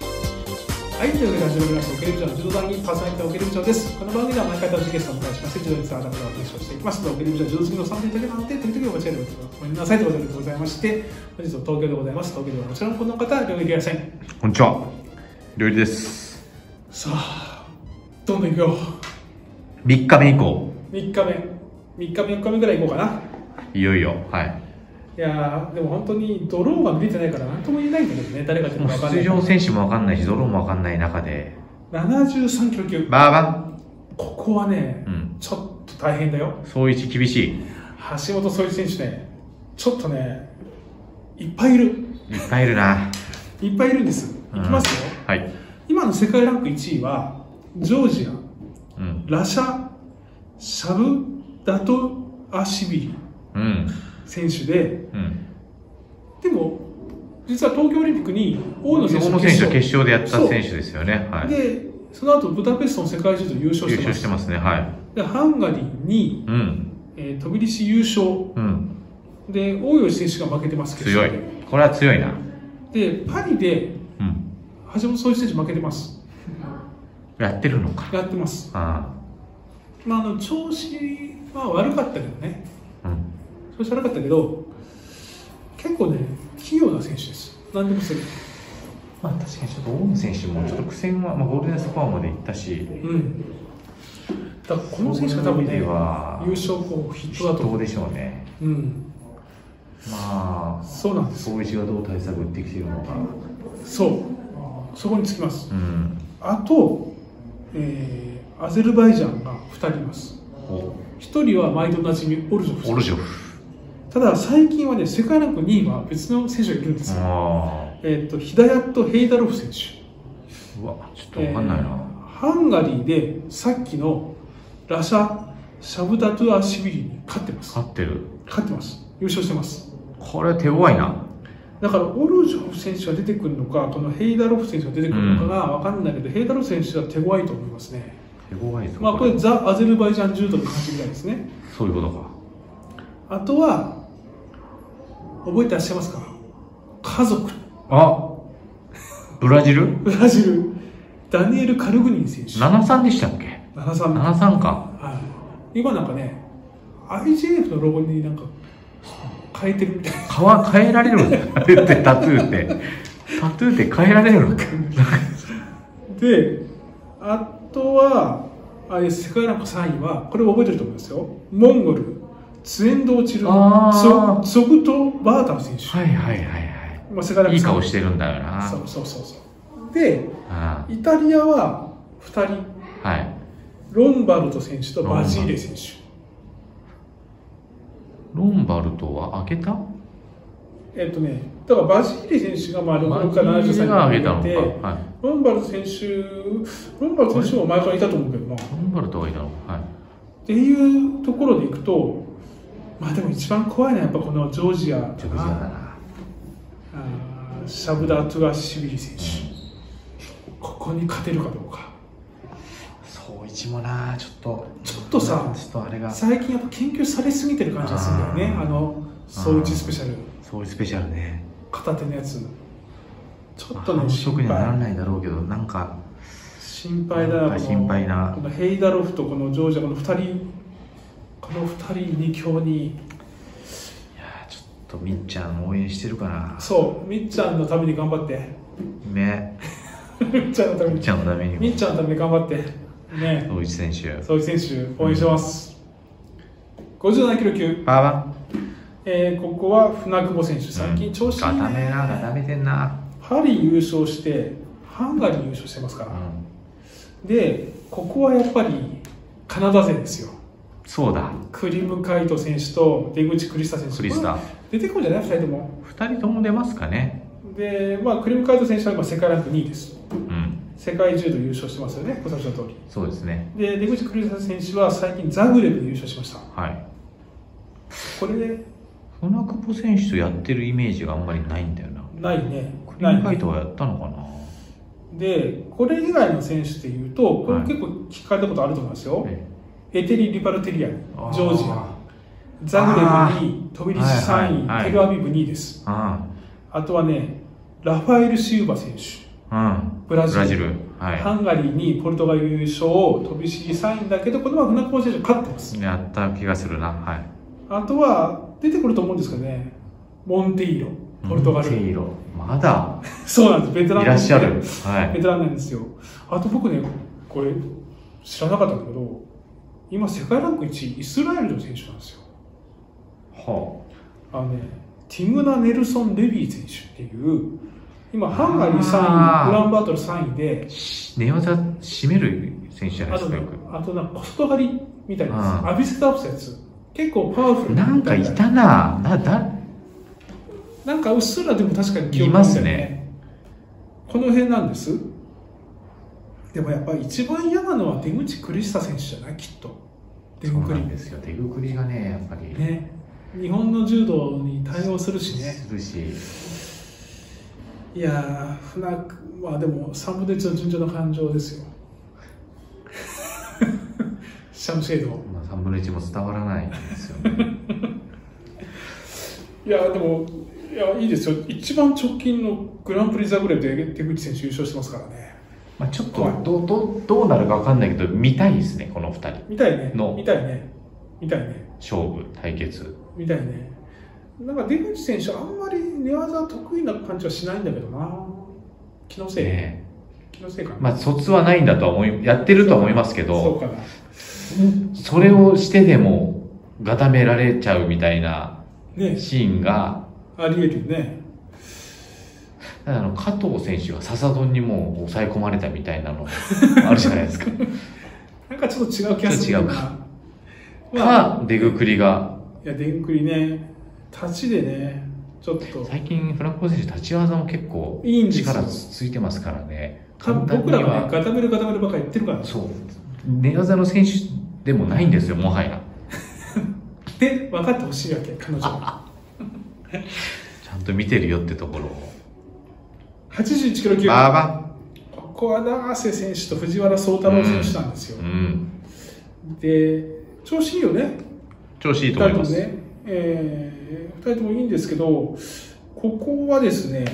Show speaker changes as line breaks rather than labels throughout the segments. はい、というわけで始まりました、オケレビジョンの柔道談義、パーソナリティのオケレビジョンです。この番組では毎回楽しいゲストをお迎えしまして、柔道について改めてお話をしていきます。どうぞオケレビジョン、柔道好きのお三人だけなので、時々お間違えることごめんなさいということでございまして、本日は東京でございます。東京ではもちろんこの方、両いらっしゃい。
こんにちは。料理です。
さあ、どんどん行くよ。
3日目以降、
3日目、3日目、4日目ぐらい行こうかな。
いよいよ、はい。
いやー、でも本当にドローが見れてないから、なんとも言えないんだけどね、誰が出る
もう
か分かんな
出
い。
場選手もわかんないし、ドローンもわかんない中で、
73キロ級、
バーバン、
ここはね、
うん
ちょっと大変だよ。
総一厳しい。
橋本総一選手ね、ちょっとね、いっぱいいる、
いっぱいいるな。
いっぱいいるんです、
う
い
ん
きますよ、
はい。
今の世界ランク1位は、ジョージ
うん。
ア、ラシャ、シャブダトアシビリ
うん。
選手で、
うん。
でも、実は東京オリンピックに大野選手
大
の
野
決
選手は
勝
決勝でやった選手ですよね。はい。
で、その後ブダペストの世界柔道優勝
優
してま
勝し
す。
てますね。はい。
でハンガリー2位、
うん。
えー、飛び出し優勝、
うん。
で、大吉選手が負けてます、決
強い
勝で。。
これは強いな。
で、パリで
うん。
橋本総一選手負けてます。
やってるのか。
やってます。
あ
まあ、あの調子は悪かったけどね、
あ。うん。
調子悪かったけど、結構ね、器用な選手です。何でもする。
まあ確かにちょっと大野選手もちょっと苦戦は、まあゴールデンスコアまで行ったし、
うん。だからこの選手が多分ね、
そういう意味で
優
は
勝候補筆頭だと
ど
思う。
うでしょうね。
うん。
まあ、
そうなんです。
総一がどう対策を打ってきているのか。
そう。そこにつきます。
うん。
あと、えーアゼルバイジャンが2人います。1人は毎度なじみオルジョフ
オ
選
ル
手。
ジョフ。
ただ、最近はね、世界ランク2位は別の選手がいるんですよ。
ああ。
えっ、と、ヒダヤット・ヘイダロフ選手。
うわ、ちょっとわかんない
え
な。
ーハンガリーでさっきのラシャ・シャブダトゥアシビリに勝ってます
勝ってる。
勝ってます優勝してます
これ手強いな。
だからオルジョフ選手が出てくるのかこのヘイダロフ選手が出てくるのかが分かんないけど、ヘイダロフ選手は手強いと思いますね
手強いぞ。
まあこれザ・アゼルバイジャン柔道の感じみたいですね
そういうことか。
あとは覚えてらっしゃいますか家族
あブラジル
ブラジルダニエル・カルグニン選手
?73 でしたっけ
73目
?73 か。
はい、今なんかね IGF のロゴになんか変えてるみたいな
皮変えられるのあれってタトゥーって。タトゥーって変えられるの
であとはあれ世界ランク3位はこれ覚えてると思いますよモンゴルツエンドオチル
あー
ゾゾグトバータム選手、
はいはいはい
まあ、世界ラン
は
ク
い。いい顔
し
してるんだよな。
そうそうそうそうで
あ
イタリアは2人
あはい。
ロンバルト選手とバジーレ選手
ロンバルトは開けた
えっとねだからバジーレ選手がまあ
マ
6
ジ
から70歳
が開けたの
になって
か。はい。
ロンバルト選手、ロンバルト選手も前からいたと思うけどな。っ
ロンバルトがいたのか。はい。
ていうところでいくと、まあでも一番怖いのはやっぱこのジョージア
ジ
と
ョブズだ
か、
な。
あーシャブダ・トゥガシビリ選手、ここに勝てるかどうか。
総一もな、ちょっと。
ちょっとさ
ちょっとあれが。
最近やっぱ研究されすぎてる感じがするんだよね、
あ
あ
ー
の、総一スペシャル、
総一スペシャルね。
片手のやつ。ちょっと
まあ
ね、
ショ
心
ックにはなら
配
ないだろうけど、なんか、
心配だ
なん
な
か
この
心配な
こ。のヘイダロフとこのジョージア、この2人、この2人、二強に。
いやーちょっとみっちゃん応援してるかな。
そう、みっちゃんのために頑張って。
ね。
みっちゃんのため
みっ
に。
ちゃんのために
みっ
も。
ちゃんのために頑張って。ね
総一選手
え、。そういう選手、応援してます。57キロ級、
バーバン。
えーここは船久保選手、最近調子いい、
固め
ね
な、固めてんな。
パリ優勝して、ハンガリー優勝してますか
う
ら。
ん。
で、ここはやっぱりカナダ勢ですよ。
そうだ。
クリム・カイト選手と出口クリスタ選手。
クリス
こ
タ。
れ出てくるんじゃない ?2 人とも。
二人とも出ますかね。
で、まあ、クリム・カイト選手は今世界ランク2位です。
うん。
世界柔道優勝してますよね、ご承知の通り。
そうですね。
で出口クリスタ選手は最近ザグレブで優勝しました
はい。
これで
船久保選手とやってるイメージがあんまりないんだよな。
ないね
クリ
な
ーンファ
い
イ
ね
トはやったのかな。
でこれ以外の選手でいうとこれ
はい
結構聞かれたことあると思いますよ、
え
エテリ・リパルテリアン
あー
ジョージアザグレブ2位飛び出し3位、
はいはいはい
テルアビブ2位です
ああ。
あとはねラファエル・シウバ選手
うん。
ブラジルハ
は
ンガリーにポルトガル優勝飛びし3位だけどこのまま船越選手勝ってます
い。やった気がするな。はい。
あとは出てくると思うんですけどねモンテイロポルトガル、
黄色。まだ
そうなんですベテラン
い
な
ら
ん
っ
で
しゃる。はい。
ベテランなんですよあと僕ねこれ知らなかったんだけど今世界ランク1位イスラエルの選手なんですよ
は
あのねティムナ・ネルソン・レビー選手っていう今ハンガリー3
あ
位
ー
ウランバートル3位で
あ。し寝技締める選手じゃない
あ
で
と
すか、
ね
よく。
あとなんかコスト狩りみたいなやつ、
うん
アビスタアップしたやつ結構パワフル
なんかいたな。な、だ、
なんかうっすらでも確かに
いますね
この辺なんですでもやっぱり一番嫌なのは出口クリスタ選手じゃないきっと出
そう
口
なんですよ。手ぐくりがね、やっぱり。
ね日本の柔道に対応するしね
するし。
いやー船まあでも3分の1の順調な感情ですよ シャムシェード
まあ、3分の1も伝わらないんですよ ね。
いやでもいやいいですよ一番直近のグランプリザグレーで出口選手優勝してますからね
まあ、ちょっと
はい
どう、どう、どうなるかわかんないけど、見たいですね、この2人。
見たいね
の
見たいね見たいね
勝負、対決。
みたいね。なんか出口選手、あんまり寝技得意な感じはしないんだけどな。気のせい、
ね
気のせいかな。
まあ、卒はないんだとは思い、やってるとは思いますけ
そ
ど、
うかな。
それをしてでも、がためられちゃうみたいな
ね、
シーンが、
あり得るよね。
ただあの、加藤選手が笹丼にもう抑え込まれたみたいなの、あるじゃないですか。
なんかちょっと違う気がするな。
ちょっと違うか
まあ、
か、出ぐくりが、
いや、でんくりね、立ちでね、ちょっと。
最近、フランコ選手、立ち技も結構、
いいんですよ
力つついてますからね。
多分僕らはね、ガタメルガタメルばっかり言ってるから。
そう。寝技の選手でもないんですよ、もはや。
で、分かってほしいわけ、彼女は。
ちゃんと見てるよってところを。
81キロ級。
バーバ
ここは永瀬選手と藤原宗太郎選手なんですよ
う。ん。
で、調子いいよね。
調子いいと
二人と
思いま
も
す。
ね、えー、2人ともいいんですけど、ここはですね、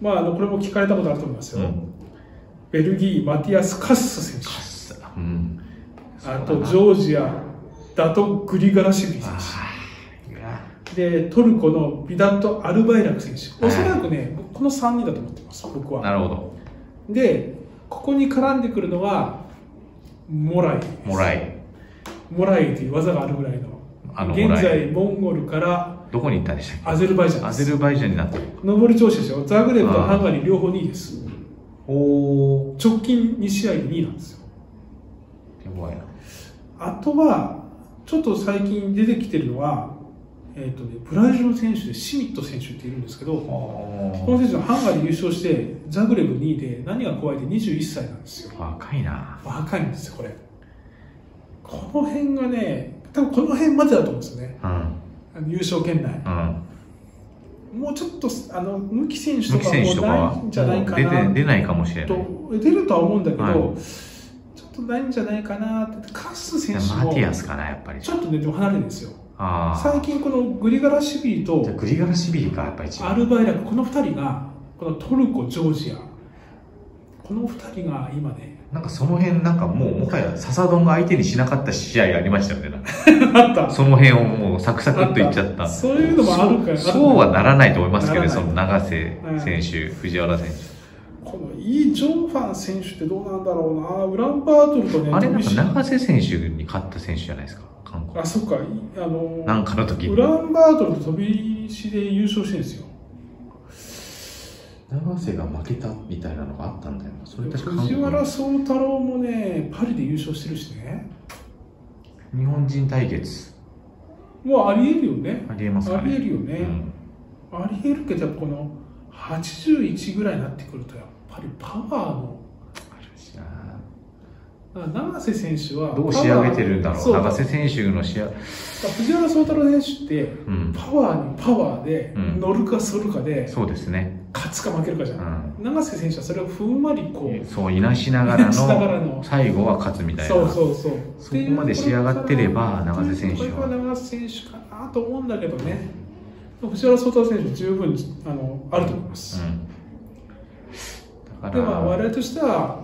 まあ、あのこれも聞かれたことあると思います
う
よ、
ん。
ベルギー、マティアス・カッサ選手、
うん。
あとジョ
ョ
ージア、ダト・グリガラシビリ選手、でトルコのビダット・アルバイラク選手、おそらくね、この3人だと思ってます、僕は。
なるほど。
で、ここに絡んでくるのは、モライです
もらい。
モライという技があるぐらいの、
あの、も
現
らい。
在、モンゴルから
どこに行ったんでしたっ
アゼルバイジャ
け
ン
ア
です
ゼルバイジャンになってる。
上り調子でしょ、ザグレブとハンガリー両方2位です。
おー。
直近2試合で2位なんですよ。
やばいな。
あとは、ちょっと最近出てきてるのは、えっとね、ブラジルの選手でシミット選手っているんですけど、この選手はハンガリー優勝して、ザグレブ2位で、何が怖いって21歳なんですよ。
若いな。
若いんですよ、これ。この辺がね、多分この辺までだと思うんですよね、
うん。
あの優勝圏内。
うん。
もうちょっと、あの、向き選手と
ムキ
か
選手とか
も
は、
ない
も
ん
う
じゃないか
出
な
て、出ないかもしれない。
と出るとは思うんだけど、
はい
ちょっとないんじゃないかなってカス
い
選
や
手
マ
も
ティアスかな、やっぱり。
ちょっとねでも離れるんですよ
ああ。
最近このグリガラシビリと
じゃあグリガラシビリか、やっぱり一番。
アルバイラクこの2人がこのトルコジョージアこの2人が今ね
なんかその辺、なんかもう、もはや笹丼が相手にしなかった試合がありましたよね。なんか
あった
その辺をもうサクサクっといっちゃった。
そういうのもあるから
そうそうはならないと思いますけど、
な
ね、
らな
そ
い
の永瀬選手、藤原選
このイ・ジョンファン選手ってどうなんだろうなウランバートルとね
手。あれなんか
トミシ
永瀬選手に勝った選手じゃないですか、韓国
あ。そっかいあの
なんかの時
ウランバートルと飛び石で優勝してるんですよ
永瀬が負けたみたいなのがあったんだよな。それ確か韓
藤
国
原
の
宗太郎もねパリで優勝してるしね
日本人対決。
もうありえるよね
ありえますか
ありえ
ね。
るよ
う
ね、
ん、
ありえるけどこの81ぐらいになってくるとやっぱりパワーの
あるしな
だから永瀬選手は
どう仕上げてるんだろ
パ
う。
ワー
永
そう
瀬選手の試合。
藤原宗太郎選手って
うん。
パワーにパワーで
うん
乗るか反るかで
そうですね。
勝つか負けるかじゃ、
うんん。
永瀬選手はそれをふんわりこう
そう、いなしながら
いなしながら
の
の
最後は勝つみたいな。
そうそうそう
そこまで仕上がってれば永瀬選手は
これは永瀬選手かなと思うんだけどね藤原宗太郎選手十分あのあると思います、
うんだか
で
ら、
まあ我々としては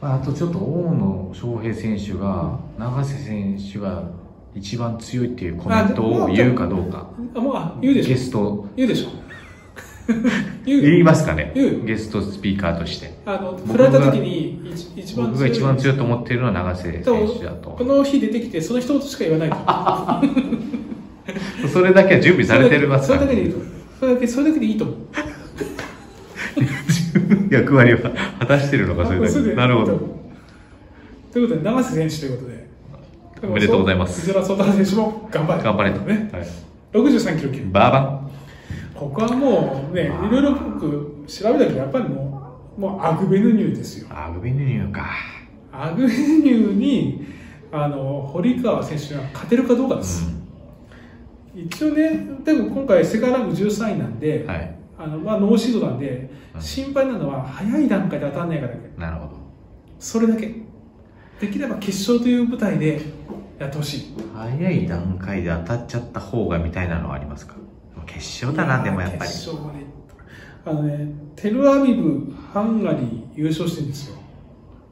まあ、あとちょっと大野将平選手が、永瀬選手が一番強いっていうコメントを言うかどうか、
あまあ言うでし
ゲ
ょ
スト、
言うでしょ 言う
言いますかね
言、う
ゲストスピーカーとして。
あの振
僕
ら
が
れた時に一一番
僕が一番
い
強いと思っているのは永瀬選手だと
こ。の日出てきてその一言しか言わないと
それだけは準備されてます
そ
か
れだけ
ら、
でいいと思うそれだけそれだけでいいと思う
役割は 果たしてるのか、それだ
あそれ
け。
で
なるほど。
ということで永瀬選手ということで
おめでとうございます
藤原聡太選手も頑張れ
頑張れと。
ね
はい
63キロ級
バーバン。
ここはもうね
まあ
いろいろ僕調べたけどやっぱりもうもうアグベヌニューですよ
あ、グビニューか。
アグベヌニューにあの堀川選手が勝てるかどうかです、一応ねでも今回世界ランク13位なん
う
で、
んはい。
あのまあ、ノーシードなんで
うん
心配なのは早い段階で当たんないかだけ
なるほ
それだけできれば決勝という舞台でやってほしい
ど。早い段階で当たっちゃった方がみたいなのはありますか決勝だな、でもやっぱり。
決勝はねあのねテルアビブハンガリー優勝してるんですよ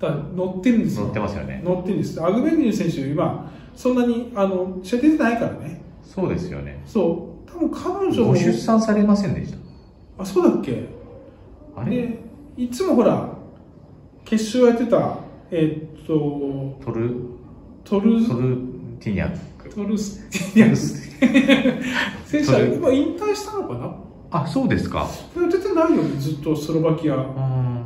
だから乗ってるんですよ
乗ってますよね。
乗ってるんですアグベニュー選手今そんなにあの試合出てないからね
そうですよね。
そう多分彼女も
ご出産されませんでした。
あそうだっけ
あれ
でいつもほら決勝やってたえーっと
トル、
トル
トルティニャク。
トルスティニャス選手は
それ
今引退したのかな
あ、そうですか。
でも出てないよねずっとスロバキア
うーん。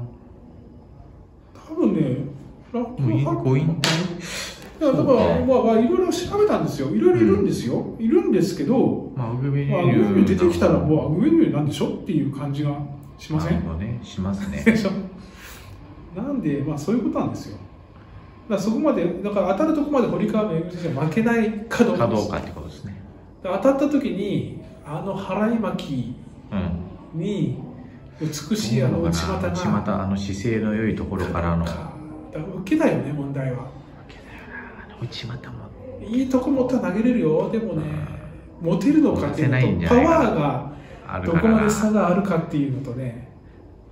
多分ねラッ
もうい
ハ
ご引退
いやだから、
そうね
まあまあ、いろいろ調べたんですよ、いろいろいるんですよ、いるんですけど、
まあ、ウグビニ
まあ、
ュ
アグベニュー出てきたら、
う、
もうアグベニューなんでしょっていう感じがしませ
な る
ん
ほどね。しますね。
でしょなんで、まあ、そういうことなんですよ。だからそこまで、だから当たるとこまで堀川恵選手は負けないかどう
か
か
ど
です
うかってことですね。
当たった時に、あの払い巻き
うん。
に、美しいあ
ど
の
うな
内
のかな
股
内
が、
股、あの姿勢の良いところからの
だ。から受けだよね、問題は。
内股も。
いいとこ持ったら投げれるよ、でもね、持てるのかってい
持てないう
の
んじ
と、
ゃ
パ
ないかな
ワーが。
ある
ど
か
こ
ら
ま
な
で差があるかっていうのとね、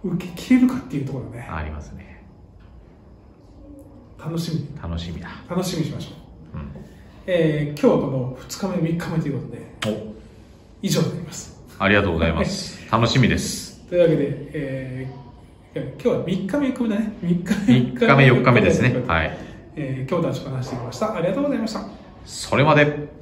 受け切れるかっていうところね、
ありますね
楽しみに、
楽しみだ、
楽しみにしましょう。
うん、
えー今日はこの2日目、3日目ということで、以上になります。
ありがとうございます楽しみです
というわけで、えーいや今日は3日目、4日目だね、3日
3日目4日目ですね
四
はい
えー、今日男子話してきました。ありがとうございました。
それまで